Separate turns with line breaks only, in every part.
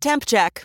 Temp check.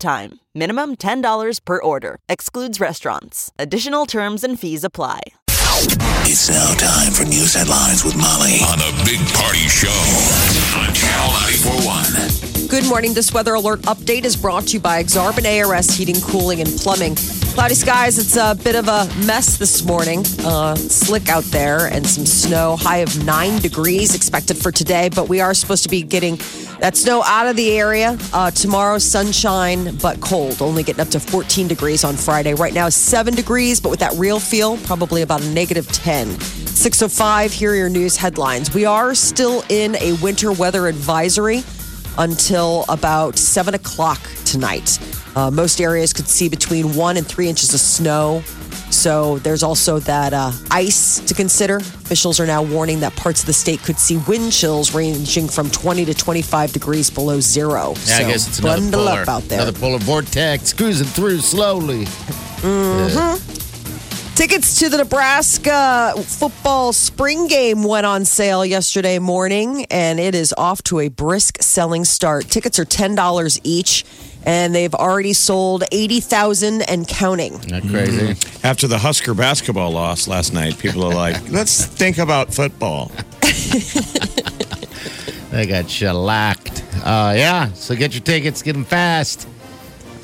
time. Minimum $10 per order. Excludes restaurants. Additional terms and fees apply.
It's now time for news headlines with Molly on the Big Party Show on Channel 941.
Good morning. This weather alert update is brought to you by Exarban ARS Heating, Cooling, and Plumbing. Cloudy skies. It's a bit of a mess this morning. Uh, slick out there and some snow. High of nine degrees expected for today, but we are supposed to be getting that snow out of the area. Uh, tomorrow, sunshine, but cold. Only getting up to 14 degrees on Friday. Right now, seven degrees, but with that real feel, probably about a negative 10. 605, here are your news headlines. We are still in a winter weather advisory until about 7 o'clock tonight. Uh, most areas could see between 1 and 3 inches of snow. So there's also that uh, ice to consider. Officials are now warning that parts of the state could see wind chills ranging from 20 to 25 degrees below zero.
Yeah,
so
I guess it's another
bundle
polar,
up out there.
another polar vortex cruising through slowly.
Mm-hmm. Tickets to the Nebraska football spring game went on sale yesterday morning, and it is off to a brisk selling start. Tickets are $10 each, and they've already sold 80,000 and counting.
Not crazy.
Mm-hmm.
After the Husker basketball loss last night, people are like, let's think about football.
They got shellacked. Uh, yeah, so get your tickets, get them fast.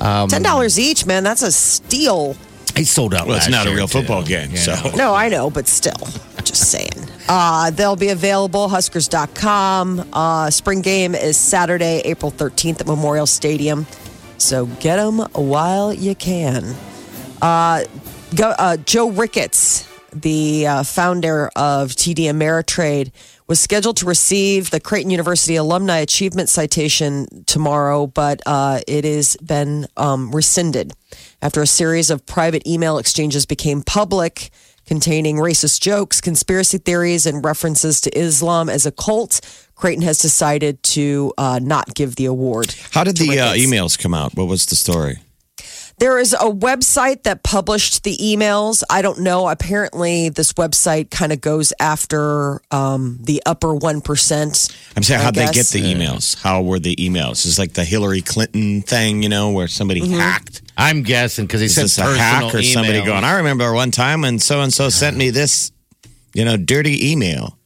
$10 each, man, that's a steal.
He sold out.
Well, it's
last
not a
year,
real
too.
football game.
Yeah,
so
No, I know, but still, just saying. Uh, they'll be available huskers.com. Uh, spring game is Saturday, April 13th at Memorial Stadium. So get them while you can. Go, uh, Joe Ricketts, the uh, founder of TD Ameritrade, was scheduled to receive the Creighton University Alumni Achievement Citation tomorrow, but uh, it has been um, rescinded after a series of private email exchanges became public. Containing racist jokes, conspiracy theories, and references to Islam as a cult, Creighton has decided to uh, not give the award.
how did the uh,
Terrific.
emails come out? What was the story?
There is a website that published the emails. I don't know. Apparently, this website kind of goes after um, the upper 1%.
I'm saying,
I
how'd they get
guess.
the emails? How were the emails? It's like the Hillary Clinton thing, you know, where somebody hacked.
I'm guessing because he
Is
said
this a
personal
hack or somebody
emails.
going, I remember one time when so and so sent me this, you know, dirty email.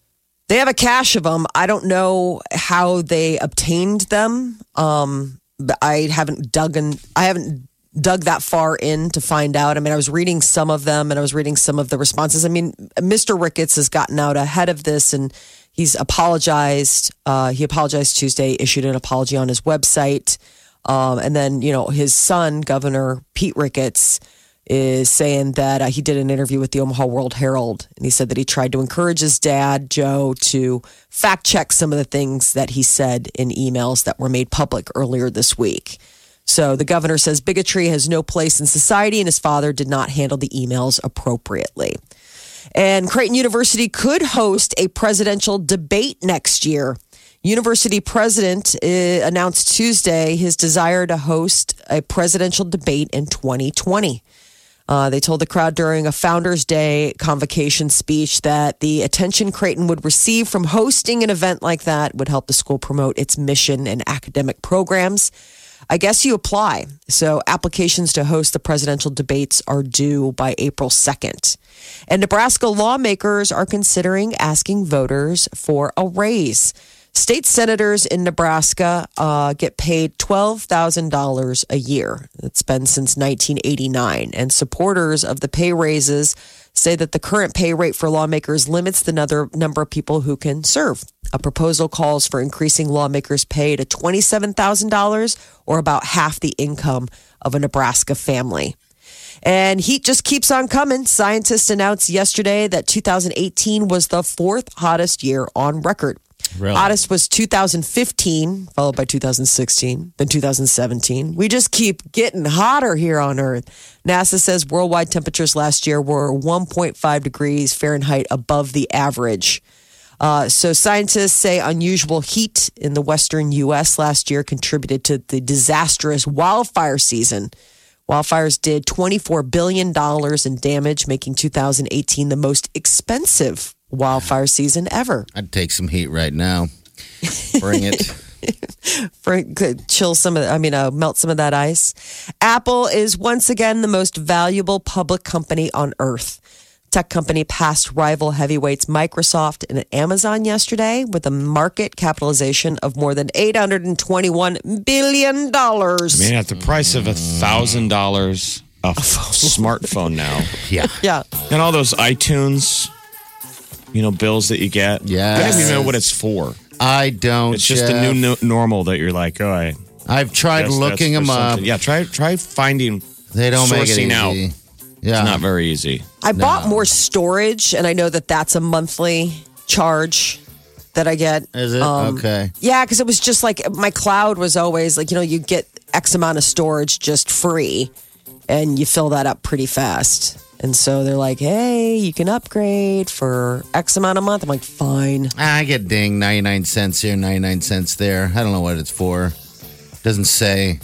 They have a cache of them. I don't know how they obtained them. Um, but I haven't dug in, I haven't dug that far in to find out. I mean, I was reading some of them and I was reading some of the responses. I mean, Mr. Ricketts has gotten out ahead of this and he's apologized. Uh, he apologized Tuesday, issued an apology on his website. Um, and then, you know, his son, Governor Pete Ricketts, is saying that uh, he did an interview with the Omaha World Herald, and he said that he tried to encourage his dad, Joe, to fact check some of the things that he said in emails that were made public earlier this week. So the governor says bigotry has no place in society, and his father did not handle the emails appropriately. And Creighton University could host a presidential debate next year. University president eh, announced Tuesday his desire to host a presidential debate in 2020. Uh, they told the crowd during a Founders Day convocation speech that the attention Creighton would receive from hosting an event like that would help the school promote its mission and academic programs. I guess you apply. So applications to host the presidential debates are due by April 2nd. And Nebraska lawmakers are considering asking voters for a raise. State senators in Nebraska uh, get paid $12,000 a year. It's been since 1989. And supporters of the pay raises say that the current pay rate for lawmakers limits the nother, number of people who can serve. A proposal calls for increasing lawmakers' pay to $27,000 or about half the income of a Nebraska family. And heat just keeps on coming. Scientists announced yesterday that 2018 was the fourth hottest year on record.
Really?
Oddest was 2015, followed by 2016, then 2017. We just keep getting hotter here on Earth. NASA says worldwide temperatures last year were 1.5 degrees Fahrenheit above the average. Uh, so scientists say unusual heat in the western U.S. last year contributed to the disastrous wildfire season. Wildfires did $24 billion in damage, making 2018 the most expensive wildfire season ever.
I'd take some heat right now. Bring it.
for could uh, chill some of the, I mean uh, melt some of that ice. Apple is once again the most valuable public company on earth. Tech company passed rival heavyweights Microsoft and Amazon yesterday with a market capitalization of more than 821 billion dollars.
I mean, at the price of a thousand dollars a f- smartphone now,
Yeah.
yeah.
and all those iTunes, you know, bills that you get. I don't even know
Yes.
what it's for.
I don't.
It's just the
Jeff.
new no- normal that you're like, oh, I
I've tried
guess that's
looking
for
them up.
something." Yeah, try try finding.
They don't make it
Sourcing
easy.
out.
Yeah.
It's not very easy.
I bought more storage and I know that that's a monthly charge that I get. Um,
Is it? Okay.
Yeah, because it was just like my cloud was always like, you know, you get X amount of storage just free and you fill that up pretty fast. And so they're like, hey, you can upgrade for X amount a month. I'm like, fine.
Ah, I get ding 99 cents here, 99 cents there. I don't know what it's for. Doesn't say.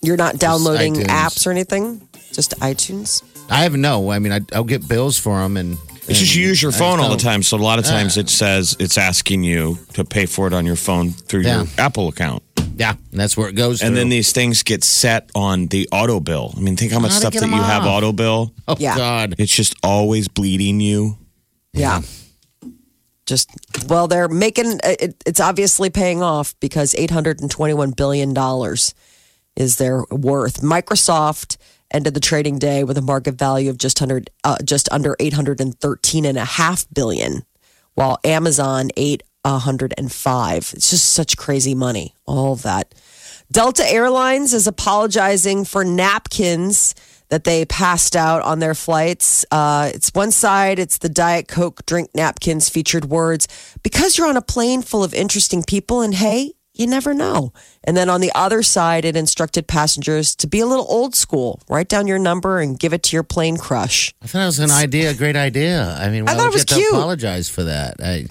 You're not downloading
iTunes.
apps or anything, just iTunes.
I have no. I mean, I, I'll get bills for them and.
It's just you use your
I
phone all the
don't-
time, so a lot of times it says it's asking you to pay for it on your phone through your
Yeah.
Apple account,
Yeah, and that's where it goes.
and then
through.
these things get set on the auto bill. I mean, think how much
How to
stuff
get
that you
'em
have
off.
auto bill.
Oh
Yeah.
God!
It's just always bleeding you.
Yeah. Just, well, they're making it, it's obviously paying off because $821 billion is their worth. Microsoft ended the trading day with a market value of just, 100, uh, just under 813.5 billion, while Amazon ate 105. It's just such crazy money, all of that. Delta Airlines is apologizing for napkins that they passed out on their flights. Uh, it's one side, it's the Diet Coke drink napkins featured words because you're on a plane full of interesting people, and hey, you never know. And then on the other side, it instructed passengers to be a little old school, write down your number and give it to your plane crush.
I thought it was an idea, a great idea. I mean, why
I thought
would
it was
you have
cute.
to apologize for that? I,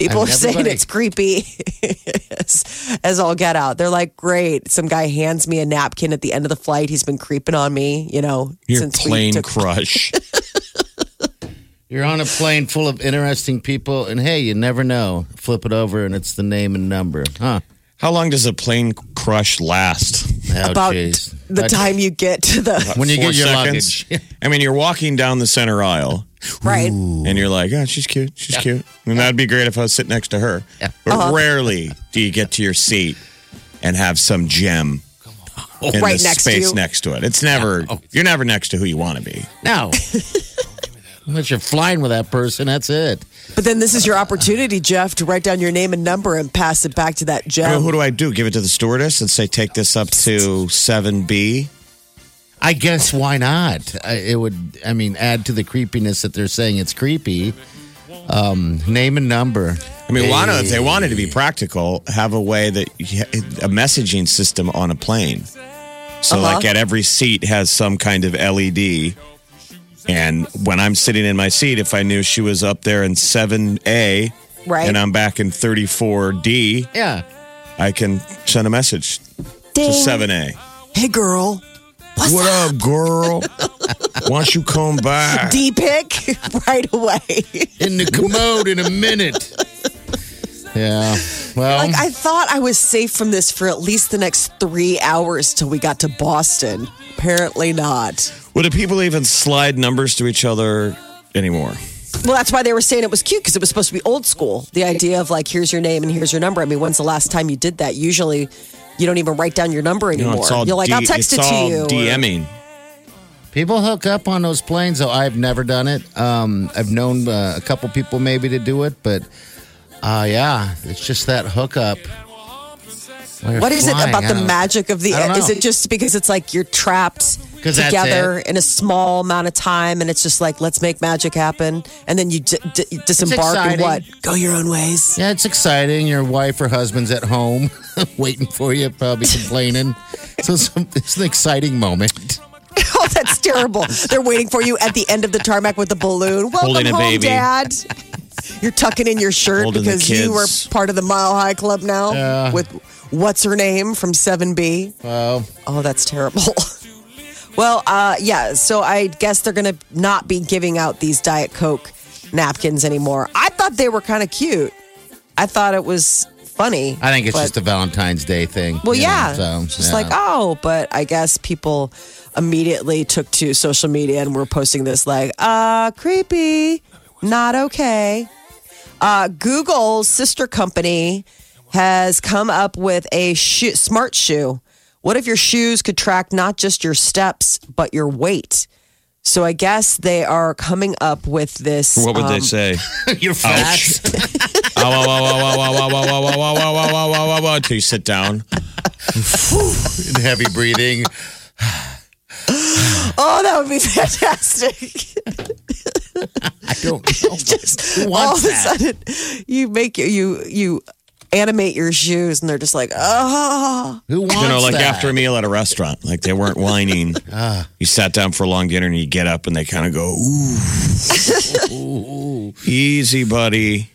People
I mean,
are saying
everybody-
it's creepy as, as all get out. They're like, great. Some guy hands me a napkin at the end of the flight. He's been creeping on me, you know,
Your
since we
plane
took
crush.
you're on a plane full of interesting people, and hey, you never know. Flip it over, and it's the name and number, huh?
How long does a plane crush last?
Oh,
about
jeez.
the
But
time you get to the
when you
Four
get your
seconds?
luggage.
I mean, you're walking down the center aisle
right.
and you're like, oh, she's cute. She's cute. And that'd be great if I was sitting next to her.
Yeah. Uh-huh.
But rarely do you get to your seat and have some gem
Oh,
in
Right
the
next to
space
you.
next to it. It's never, you're never next to who you want to be.
No. Unless you're flying with that person, that's it.
But then this is your opportunity, Jeff, to write down your name and number and pass it back to that
I mean,
gem.
who do I do? Give it to the stewardess and say, take this up to 7B?
I guess why not? I, it would, I mean, add to the creepiness that they're saying it's creepy. Um, name and number.
I mean, Lana, if they wanted to be practical, have a way that you, a messaging system on a plane. So,
Uh-huh.
like at every seat has some kind of LED. And when I'm sitting in my seat, if I knew she was up there in 7A
Right.
and I'm back in 34D,
Yeah.
I can send a message to 7A.
Hey, girl. What's
What up, girl? Why don't you come back?
D pick right away.
In the commode in a minute. Yeah.
Um,
Well,
like I thought I was safe from this for at least the next three hours till we got to Boston. Apparently not.
Well, do people even slide numbers to each other anymore?
Well, that's why they were saying it was cute because it was supposed to be old school. The idea of like, here's your name and here's your number. I mean, when's the last time you did that? Usually, you don't even write down your number
You know,
anymore.
it's all
You're like, I'll
D-
text
it's
it to
all
you. or-
DMing.
people hook up on those planes, though I've never done it. Um, I've known uh, a couple people maybe to do it, but uh, yeah, it's just that hookup.
What is it about the
magic?
magic of the?
I don't know.
Is it just because it's like you're trapped
'Cause that's
together
it.
in a small amount of time, and it's just like let's make magic happen, and then you d- d- disembark and
exciting.
what go your own ways.
Yeah, it's exciting. Your wife or husband's at home waiting for you, probably complaining. so it's, it's an exciting moment.
oh, that's terrible. They're waiting for you at the end of the tarmac with the balloon. Welcome
Holding a
home,
baby.
Dad. You're tucking in your shirt
Holding the
because you were
kids.
part of the Mile High Club now with what's her name from 7B.
Wow.
Oh, that's terrible. well, uh, yeah. So I guess they're going to not be giving out these Diet Coke napkins anymore. I thought they were kind of cute. I thought it was funny.
I think it's
but-
just a Valentine's Day thing.
Well,
you know,
yeah.
so,
it's just
yeah.
like, oh, but I guess people immediately took to social media and were posting this like, uh, creepy, not okay. Uh, Google's sister company has come up with a shoe, smart shoe. What if your shoes could track not just your steps, but your weight? So I guess they are coming up with this.
What would
um,
they say?
You're fat.
Ouch. Ow, ow, ow, ow, ow, ow, ow, ow, ow, ow, ow, ow, ow, ow, ow, ow, Until you sit down.
and heavy breathing.
Oh, that would be fantastic.
I don't know. Who
all of
wants
a
that?
sudden you make your- you you animate your shoes and they're just like oh
Who wants
You know, like
that?
after a meal at a restaurant, like they weren't whining. You sat down for a long dinner and you get up and they kind of go, ooh. Easy, buddy.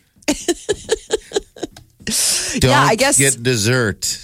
Don't
Yeah, I guess-
get dessert.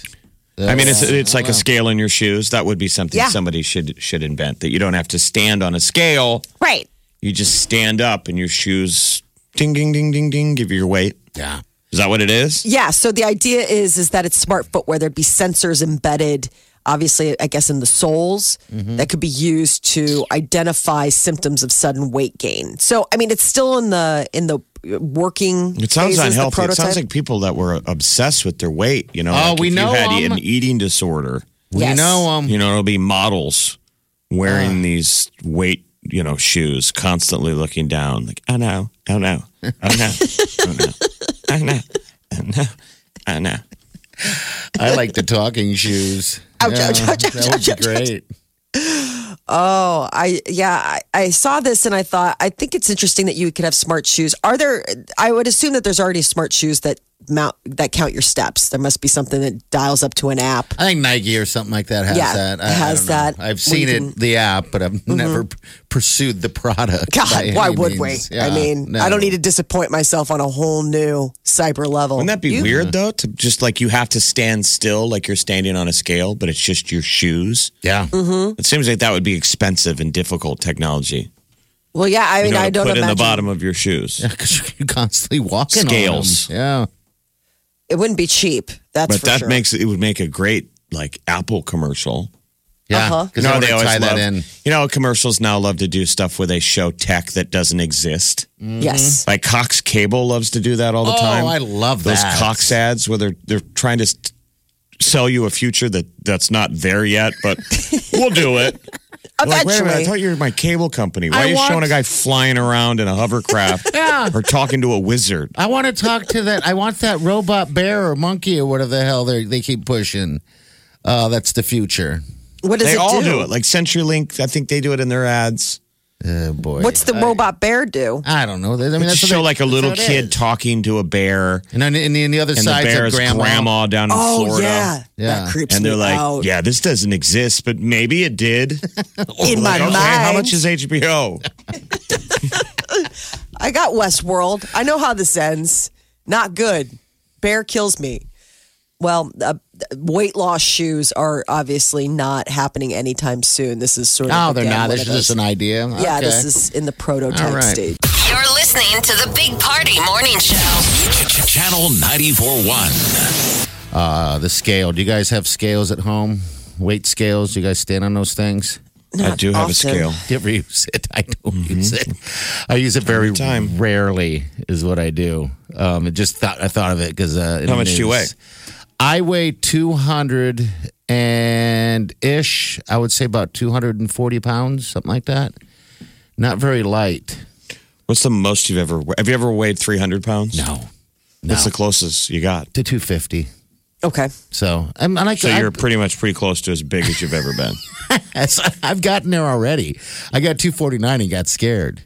I mean, it's it's like a scale in your shoes. That would be something
Yeah.
somebody should should invent that you don't have to stand on a scale.
right
You just stand up and your shoes ding ding ding ding ding give you your weight.
yeah.
Is that what it is?
yeah so the idea is is that it's smart footwear there'd be sensors embedded obviously i guess in the soles
Mm-hmm.
that could be used to identify symptoms of sudden weight gain so i mean it's still in the in the working
It sounds
phases, the
unhealthy. It sounds
prototype.
like people that were obsessed with their weight. You know,
Oh,
like
we
if
know
you had
'em.
an eating disorder.
We
Yes.
know 'em.
You know, it'll be models
Uh.
wearing these weight, you know, shoes, constantly looking down. Like, oh no, oh no, oh no, oh no, oh no, oh no, oh no.
I like the talking shoes.
Ouch,
Yeah,
ouch, ouch, ouch,
that would
ouch,
be
ouch,
great.
Oh, I yeah, I, I saw this and I thought I think it's interesting that you could have smart shoes. Are there? I would assume that there's already smart shoes that mount that count your steps. There must be something that dials up to an app.
I think Nike or something like that has
Yeah,
that. I,
it
I
has
don't know.
that.
I've seen
We Mm-hmm.
it, the app, but I've never p- pursued the product. by
God, why
any
would
means.
we?
Yeah,
I mean, I
no.
don't need to disappoint myself on a whole new cyber level.
Wouldn't that be
You-
weird though? To just like you have to stand still, like you're standing on a scale, but it's just your shoes.
Yeah.
Mm-hmm.
It seems like that would be expensive and difficult technology.
Well, yeah, I
You
mean,
know,
I
to
don't
put
imagine
in the bottom of your shoes.
Because you're constantly walking on 'em.
Scales.
Yeah.
it wouldn't be cheap. That's
but
for
that
sure.
makes it would make a great like Apple commercial.
Yeah.
Uh-huh.
Because
You know,
they, always tie that in.
You know, commercials now love to do stuff where they show tech that doesn't exist.
Mm-hmm.
yes.
Like Cox Cable loves to do that all the
Oh,
time.
I love
those
that.
Cox ads where they're they're trying to s- sell you a future that that's not there yet, but we'll do it. You're Like, wait a minute, I
Eventually,
thought you were my cable company. Why
I
are you
want-
showing a guy flying around in a hovercraft
Yeah.
or talking to a wizard?
I want to talk to that. I want that robot bear or monkey or whatever the hell they they keep pushing. Uh, that's the future.
what does
They
it
all
do?
do it. Like CenturyLink, I think they do it in their ads.
Oh boy.
What's the robot bear do?
I don't know. I mean, that's
Just
what
show
they-
like a
that's
little
how it
kid
is.
talking to a bear,
And then and then the other
and the
side's
bear
of
is
grandma.
grandma, down in
Oh
Florida.
yeah, that
Yeah.
creeps
And they're
me
like,
out.
yeah, this doesn't exist, but maybe it did.
in my
Like, okay,
mind.
how much is HBO?
I got Westworld. I know how this ends. Not good. Bear kills me. Well, uh, weight loss shoes are obviously not happening anytime soon. This is sort of
No, they're
again,
not.
one
This is
of
just
those-
an idea.
yeah.
Okay.
This is in the prototype
All right.
stage.
You're listening to the Big Party Morning Show.
Channel 94.1.
uh, the scale. Do you guys have scales at home? Weight scales? Do you guys stand on those things?
I do have a scale.
Do you ever use it? I don't use it. I use it very
Mm-hmm. time.
rarely, is what I do. Um, it just thought I thought of it because uh, in
How
the
much do you
news- I weigh two hundred and ish. I would say about two hundred and forty pounds, something like that. Not very light.
What's the most you've ever? Have you ever weighed three hundred pounds?
No,
That's the closest you got.
to two fifty.
Okay.
So I'm, I like.
So
I-
you're pretty much pretty close to as big as you've ever been.
That's- I've gotten there already. I got 249 and got scared.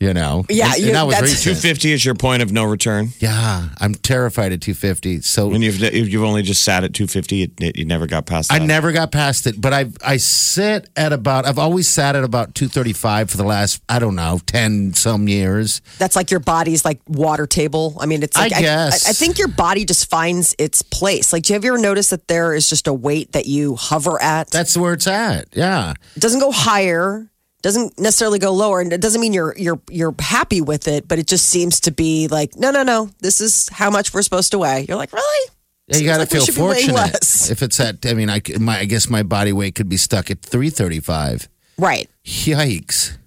You know?
Yeah,
And,
you-
and that was
that's-
reaching.
250 is your point of no return.
Yeah, I'm terrified at 250. So
And you've you've only just sat at 250. It, it, you never got past.
I
that.
never got past it, but I I sit at about I've always sat at about 235 for the last I don't know 10 some years.
That's like your body's like water table. I mean, it's
I
like
guess.
I, I think your body just finds its place. Like, do you have you ever noticed that there is just a weight that you hover at?
That's where it's at. Yeah.
It doesn't go higher, doesn't necessarily go lower, and it doesn't mean you're you're you're happy with it, but it just seems to be like, no, no, no, this is how much we're supposed to weigh. You're like, really?
Yeah, you
Seems
got to
like we
feel
should be weighing
fortunate
less.
if it's at I mean I c- my I guess my body weight could be stuck at 335.
Right.
Yikes.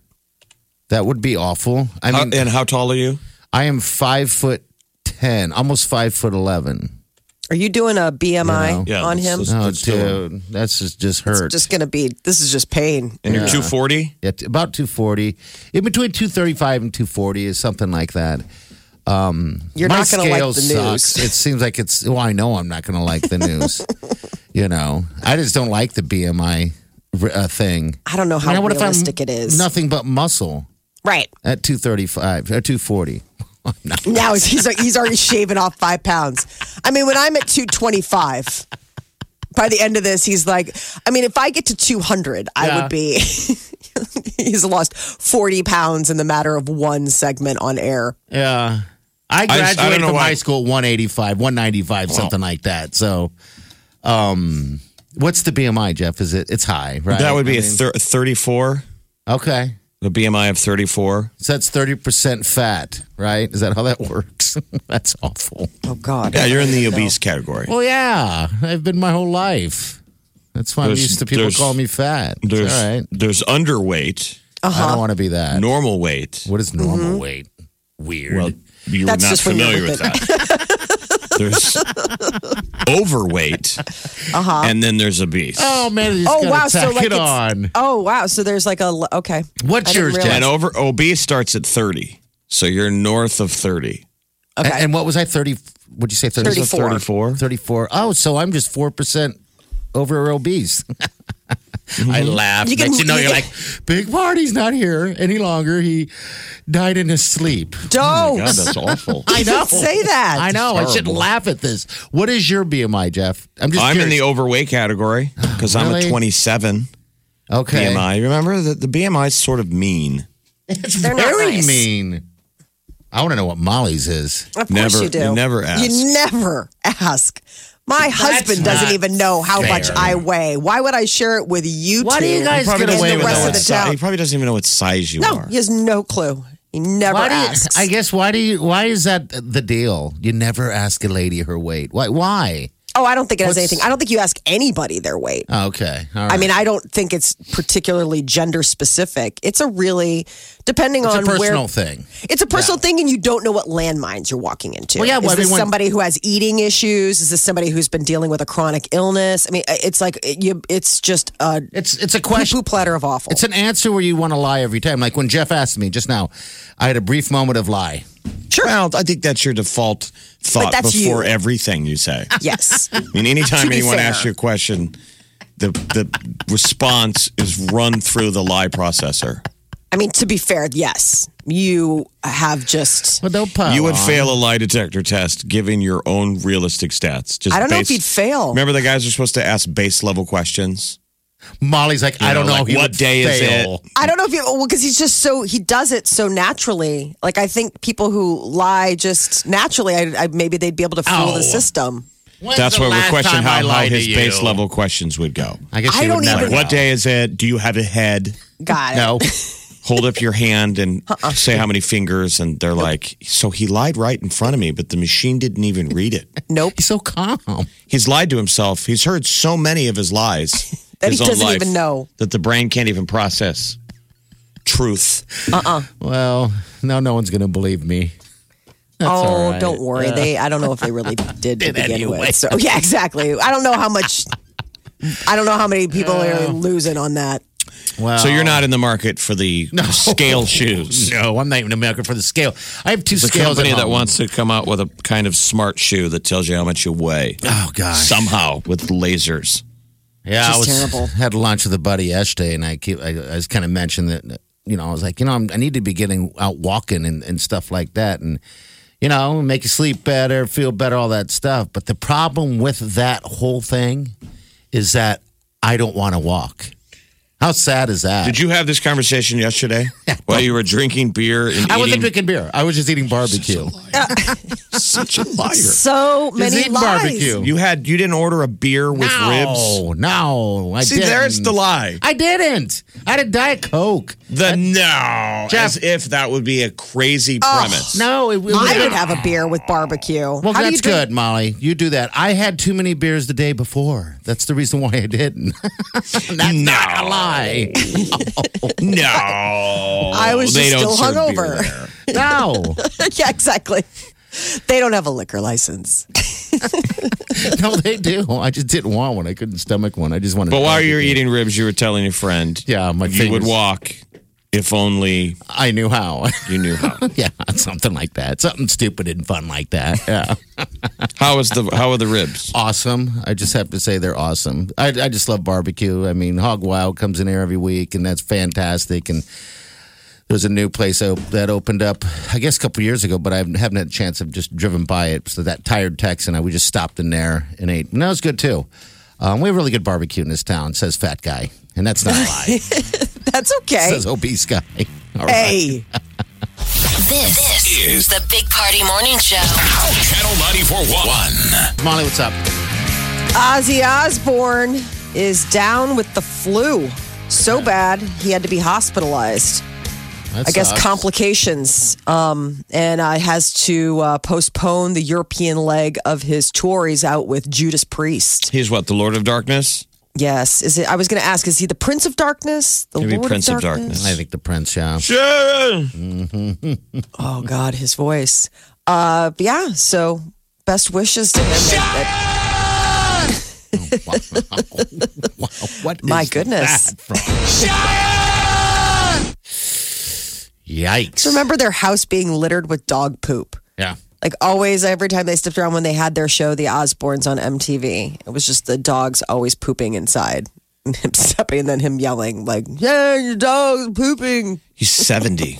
That would be awful. I
How-
mean
and how tall are you?
I am five foot ten, almost five foot eleven.
Are you doing a BMI
You know. Yeah,
on
this
him?
is-
Oh,
That's still-
dude, that's just, just
It's
hurt.
just gonna be. This is just pain.
And you're 240.
Yeah, t- about two forty, in between two thirty five and two forty is something like that.
You're
My
not gonna like
scale
the news.
sucks. It seems like it's. Well, I know I'm not going to like the news. you know, I just don't like the BMI r- uh, thing.
I don't know how
I mean, what if I'm
realistic it is.
Nothing but muscle
Right.
at two thirty five or two forty.
Now he's he's, he's already shaving off five pounds. I mean, when I'm at 225, by the end of this, he's like, I mean, if I get to 200, I
Yeah.
would be. he's lost 40 pounds in the matter of one segment on air.
Yeah. I
I
graduated
just- I don't know
from
why-
high school at 185, 195, something like that. So, um, what's the BMI, Jeff? Is it? It's high, right?
That would be
I
a
mean,
thir- 34.
okay.
The BMI of 34.
So that's thirty percent fat, right? Is that how that works? that's awful.
Oh God.
Yeah, you're in the obese category.
Well, yeah, I've been my whole life. That's why I'm
There's-
used to people
there's-
call me fat. It's
There's
all right.
there's underweight,
I
Uh-huh.
don't want to be that.
normal weight.
what is normal
Mm-hmm.
weight? Weird.
Well, you're
That's
not
just when you're
familiar with that. there's overweight, and then there's obese.
oh man, you just
Oh
gotta
wow. So
tack
like
it
it's-
on.
Oh wow. So there's like a l-
Oh,
okay.
What's
I didn't
yours,
realize-
Jen?
And over obese starts at 30. So you're north of 30.
And, and what was I? Thirty? Would you say thirty?
34.
34.
34. Oh, so I'm just 4% over obese.
Mm-hmm.
I laugh.
You
You,
can-
you know,
you
you're
can-
like, Big Party's not here any longer. He died in his sleep.
Don't
Oh God, that's awful.
I know.
say that.
I know. I should laugh at this. What is your BMI, Jeff? I'm just
I'm in the
curious.
overweight category because I'm
Really?
a 27
okay.
BMI. Remember that the BMI is sort of mean.
It's
They're not
very
nice.
mean. I want to know what Molly's is.
Of course
Never-
you do.
you never ask.
You never ask. My husband doesn't
not
even know how
fair.
much I weigh. Why would I share it with you?
Why
two
do you guys
and
get
the
away with
rest
that
of the
one?
si-
town?
he probably doesn't even know what size you
No,
are.
he has no clue. He never
Why do you,
asks.
I guess why do you why is that the deal? You never ask a lady her weight. Why why?
oh, I don't think it has
What's-
anything. I don't think you ask anybody their weight.
Okay. All right.
I mean, I don't think it's particularly gender specific. It's a really depending
it's a
on
personal
where
thing.
it's a personal thing, and you don't know what landmines you're walking into.
Well, yeah,
is
well, I
this
mean, when-
somebody who has eating issues? Is this somebody who's been dealing with a chronic illness? I mean, it's like it, you, it's just a
It's it's a question.
poo-poo platter of awful.
It's an answer where you want to lie every time. Like when Jeff asked me just now, I had a brief moment of lie.
Well, I think that's your default thought
that's
before
you.
everything you say.
yes.
I mean,
To
anytime
be
anyone
fair.
asks you a question, the the response is run through the lie processor.
I mean, to be fair, yes, you have just.
Well, don't pile
you would
Oh.
on.
fail a lie detector test given your own realistic stats. Just
I don't know if
base-
you'd fail.
Remember, the guys are supposed to ask base level questions.
Molly's like, I
You
don't know.
like,
he
what
would
day
fail.
is it?
I don't know if you well because he's just so he does it so naturally. Like I think people who lie just naturally, I, I maybe they'd be able to fool the
Ow.
system.
When's
That's
the
where we
last
question
time I
how, how
lied to
his
you?
base level questions would go.
I guess
I
you
don't
would never
even-
What
know.
day is it? Do you have a head?
Got it.
No.
Hold up your hand and
Uh-uh.
say how many fingers. And they're like, so he lied right in front of me, but the machine didn't even read it.
Nope.
He's so calm.
He's lied to himself. He's heard so many of his lies
That he
his own
doesn't
life,
even know.
that the brain can't even process truth.
Well, no, no one's going to believe me. all
oh,
right.
don't worry. They I don't know if they really did, to
Did
begin
anyway.
with. So yeah,
Oh.
exactly. I don't know how much. I don't know how many people are losing on that.
Well-
so
Oh.
you're not in the market for the scale shoes.
No, I'm not even a market for the scale. I have two
The
scales.
company
at
that
home.
wants to come out with a kind of smart shoe that tells you how much you weigh
Oh gosh.
somehow with lasers.
Yeah, I
Just
was
terrible.
Had lunch with a buddy yesterday, and I keep I, I was kind of mentioned that you know I was like you know I'm, I need to be getting out walking and, and stuff like that, and you know make you sleep better, feel better, all that stuff. But the problem with that whole thing is that I don't want to walk. How sad is that?
Did you have this conversation yesterday while you were drinking beer and
I wasn't
eating?
drinking beer. I was just eating barbecue.
Such a liar.
So
Just
many
eating
lies.
barbecue.
You had you didn't order a beer with ribs.
no, no, I
See,
didn't.
there's the lie.
I didn't. I had a diet coke.
The no,
Jeff-
as if that would be a crazy
Oh,
premise.
No, it, it
I
was-
would have a beer with barbecue.
Well,
How do
that's
you drink-
good, Molly. You do that. I had too many beers the day before. That's the reason why I didn't. that's not a lie.
no.
I was
They
just
don't
still
serve beer
hungover.
there.
No,
yeah, exactly. They don't have a liquor license.
no, they do. I just didn't want one. I couldn't stomach one. I just wanted.
But while
barbecue.
you're eating ribs, you were telling your friend,
Yeah, my
you
fingers.
would walk if only
I knew how.
you knew how.
yeah, something like that. Something stupid and fun like that. Yeah,
how is the how are the ribs?
awesome. I just have to say they're awesome. I, I just love barbecue. I mean, Hog Wild comes in here every week, and that's fantastic. And there's a new place op- that opened up, I guess, a couple years ago, but I haven't haven't had a chance. I've just driven by it. So that tired Texan, I, we just stopped in there and ate. And that was good too. Um, we have really good barbecue in this town, says fat guy. And that's not a lie,
That's okay.
says obese guy. All right.
Hey.
This, this is the Big Party Morning Show.
Channel 941.
Molly, what's up?
Ozzy Osbourne is down with the flu. So bad, he had to be hospitalized.
That
I guess
sucks.
complications. Um, and uh, has to uh, postpone the European leg of his tour. He's out with Judas Priest.
He's what the Lord of Darkness.
Yes. Is it? I was going to ask, is he the Prince of Darkness? The
Maybe
Lord
Prince
of
of
Darkness?
I think the prince, yeah.
Sharon.
Oh, God, his voice. Uh, yeah. So best wishes to him.
wow. What is
My goodness.
That from? Yikes.
Remember their house being littered with dog poop.
Yeah.
Like always, every time they stepped around when they had their show, the Osbournes on MTV, it was just the dogs always pooping inside. And him stepping and then him yelling, like, yeah, your dog's pooping.
He's seventy.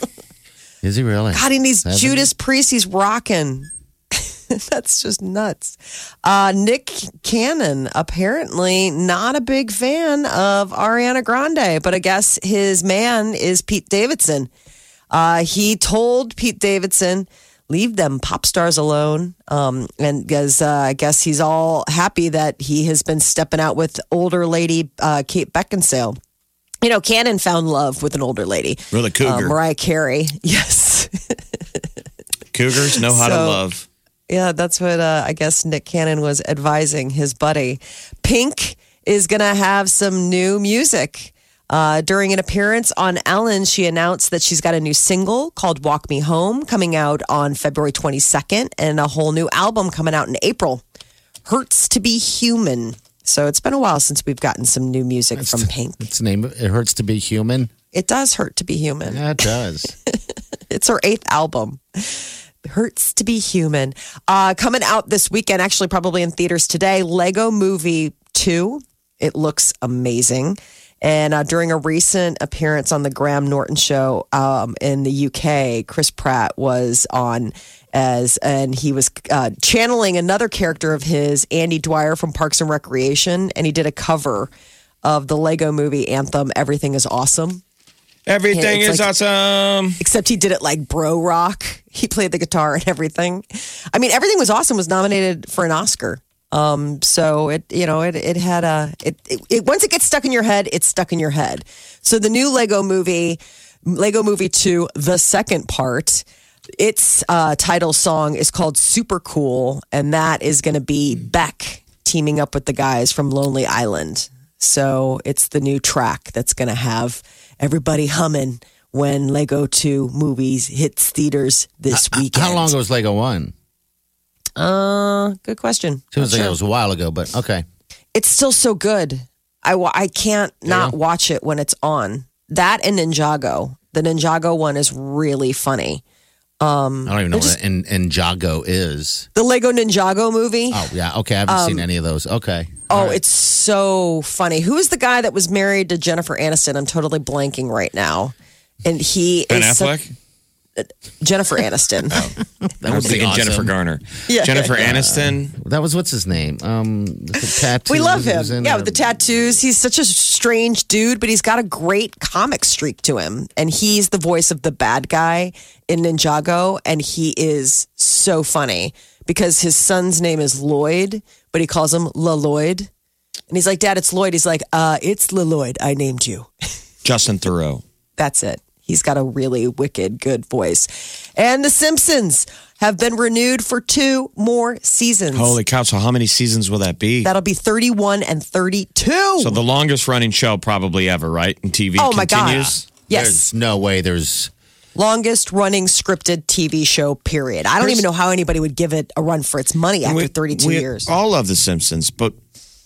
Is he really?
God, and he's
Seven?
Judas Priest, he's rocking. That's just nuts. Uh, Nick Cannon, apparently not a big fan of Ariana Grande, but I guess his man is Pete Davidson. Uh, he told Pete Davidson, leave them pop stars alone. Um, and because uh, I guess he's all happy that he has been stepping out with older lady uh, Kate Beckinsale. You know, Cannon found love with an older lady.
Really, cougar.
Uh, Mariah Carey. Yes.
Cougars know how to
So-
love.
Yeah, that's what uh, I guess Nick Cannon was advising his buddy. Pink is going to have some new music. Uh, during an appearance on Ellen, she announced that she's got a new single called Walk Me Home coming out on February 22nd and a whole new album coming out in April. Hurts to be human. So it's been a while since we've gotten some new music from Pink.
It's the name. of- It hurts to be human.
It does hurt to be human.
Yeah, it does.
It's her eighth album. Hurts to be human. Uh, coming out this weekend, actually, probably in theaters today. Lego Movie 2. It looks amazing. And uh, during a recent appearance on the Graham Norton show um, in the UK, Chris Pratt was on as, and he was uh, channeling another character of his, Andy Dwyer from Parks and Recreation, and he did a cover of the Lego Movie anthem, Everything is Awesome
Everything
it's
is
like-
awesome.
except he did it like bro rock. He played the guitar and everything. I mean, everything was awesome. Was nominated for an Oscar. Um, so it you know it it had a it, it, it once it gets stuck in your head, it's stuck in your head. So the new Lego movie, Lego Movie Two, the second part. Its uh, title song is called Super Cool, and that is going to be Beck teaming up with the guys from Lonely Island. So it's the new track that's going to have everybody humming when Lego 2 movies hits theaters this weekend.
How long ago was Lego One?
Uh, good question.
Seems like it was a while ago, but okay.
It's still so good. I, wa- I can't not watch it when it's on. that and Ninjago. The Ninjago one is really funny. Mm.
I don't even know what an an Ninjago is.
The Lego Ninjago movie. Oh,
Oh, yeah. Okay. I haven't seen any of those. Okay.
it's so funny. Who is the guy that was married to Jennifer Aniston? I'm totally blanking right now. And he
Ben
is such-
Affleck? Oh.
Jennifer Aniston.
That
I'm
would be
thinking
awesome.
Jennifer Garner.
Yeah.
Jennifer Aniston.
That was what's his name? Um, the tattoo.
We love him.
was in
Yeah,
the-
with the tattoos. He's such a strange dude, but he's got a great comic streak to him. And he's the voice of the bad guy in Ninjago. And he is so funny because his son's name is Lloyd, but he calls him La Lloyd. And he's like, Dad, it's Lloyd. He's like, uh, it's La Lloyd. I named you.
Justin Thoreau.
That's it. He's got a really wicked good voice. And The Simpsons have been renewed for two more seasons.
Holy cow. So, how many seasons will that be?
That'll be 31 and 32.
so, the longest running show probably ever, right? And TV
Oh my
continues.
god! Yes,
There's no way there's.
longest running scripted TV show. Period. I don't even know how anybody would give it a run for its money after
We-
32
we
years.
All love The Simpsons, but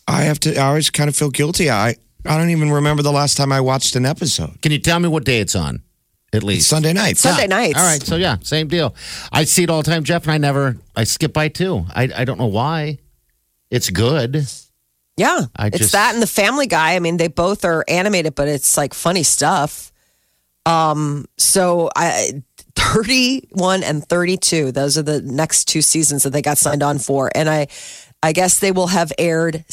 I have to, I always kind of feel guilty. I, I don't even remember the last time I watched an episode.
Can you tell me what day it's on? At least.
Sunday night.
Sunday nights.
All right. So, yeah, same deal. I see it all the time, Jeff, and I never. I skip by two. I, I don't know why. It's good.
Yeah,
I
it's
just-
that and the Family Guy. I mean, they both are animated, but it's like funny stuff. Um, so I. 31 and 32 those are the next two seasons that they got signed on for and i i guess they will have aired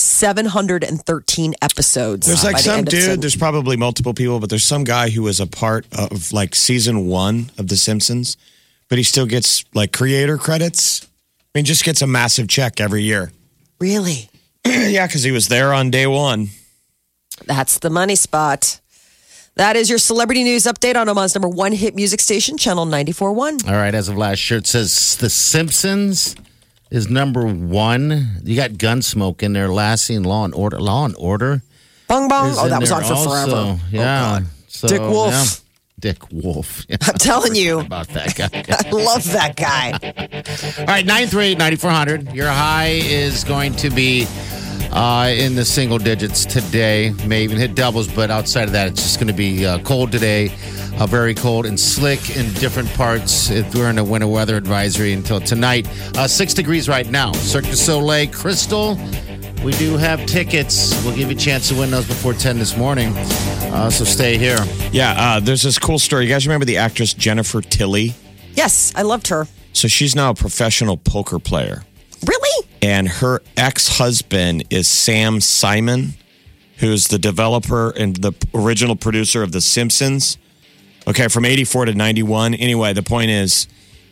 713 episodes
There's
by
like
the
some
end of
dude,
season-
there's probably multiple people, but there's some guy who was a part of like season one of The Simpsons, but he still gets like creator credits. I mean, just gets a massive check every year.
really
yeah, because he was there on day one.
That's the money spot. That is your celebrity news update on Oman's number one hit music station, Channel 94.1.
All right. As of last year, it says The Simpsons is number one. You got Gunsmoke in there, Lassie, and Law and Order. Law and Order.
Bong bong.
is
Oh,
in
that was
there
on for
also.
forever. Oh,
Yeah. So,
Dick Wolf.
yeah. Dick Wolf. Yeah,
I'm telling you,
about that guy.
I love that guy.
All right, 938 9400. Your high is going to be uh, in the single digits today, may even hit doubles, but outside of that, it's just going to be uh, cold today, uh, very cold and slick in different parts. If we're in a winter weather advisory until tonight, uh, six degrees right now. Cirque du Soleil, Crystal. We do have tickets. We'll give you a chance to win those before 10 this morning. Uh, so stay here.
Yeah, uh, there's this cool story. You guys remember the actress Jennifer Tilly?
Yes, I loved her.
So she's now a professional poker player.
Really?
and her ex-husband is Sam Simon, who's the developer and the original producer of The Simpsons. Okay, from 84 to 91. Anyway, the point is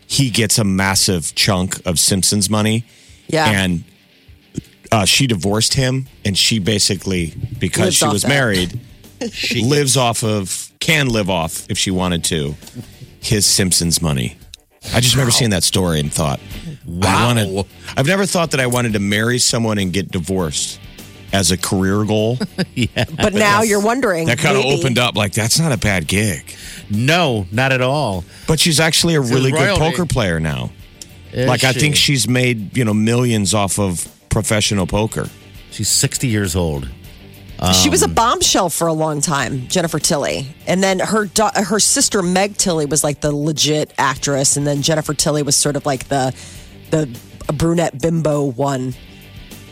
he gets a massive chunk of Simpsons money
Yeah.
and uh, she divorced him and she basically because
Lives
she
off
was
that.
married she lives off of can live off if she wanted to his simpsons money i just remember seeing that story and thought wow wanted, i've never thought that i wanted to marry someone and get divorced as a career goal
but now you're wondering.
that kind of
maybe.
opened up like that's not a bad gig
No, not at all.
but she's actually a really good
royalty.
poker player now
Is
like i
she?
think she's made you know millions off of professional poker
she's 60 years old.
she was a bombshell for a long time, Jennifer Tilly, and then her da- her sister Meg Tilly was like the legit actress, and then Jennifer Tilly was sort of like the the brunette bimbo one,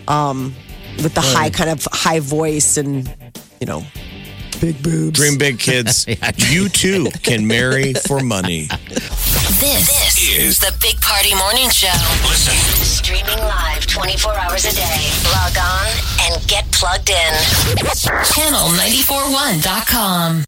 um, with the high kind of high voice and you know big boobs.
Dream big, kids. you too can marry for money.
This, is the Big Party Morning Show. Listen. Streaming live 24 hours a day. Log on and get plugged in. Channel941.com.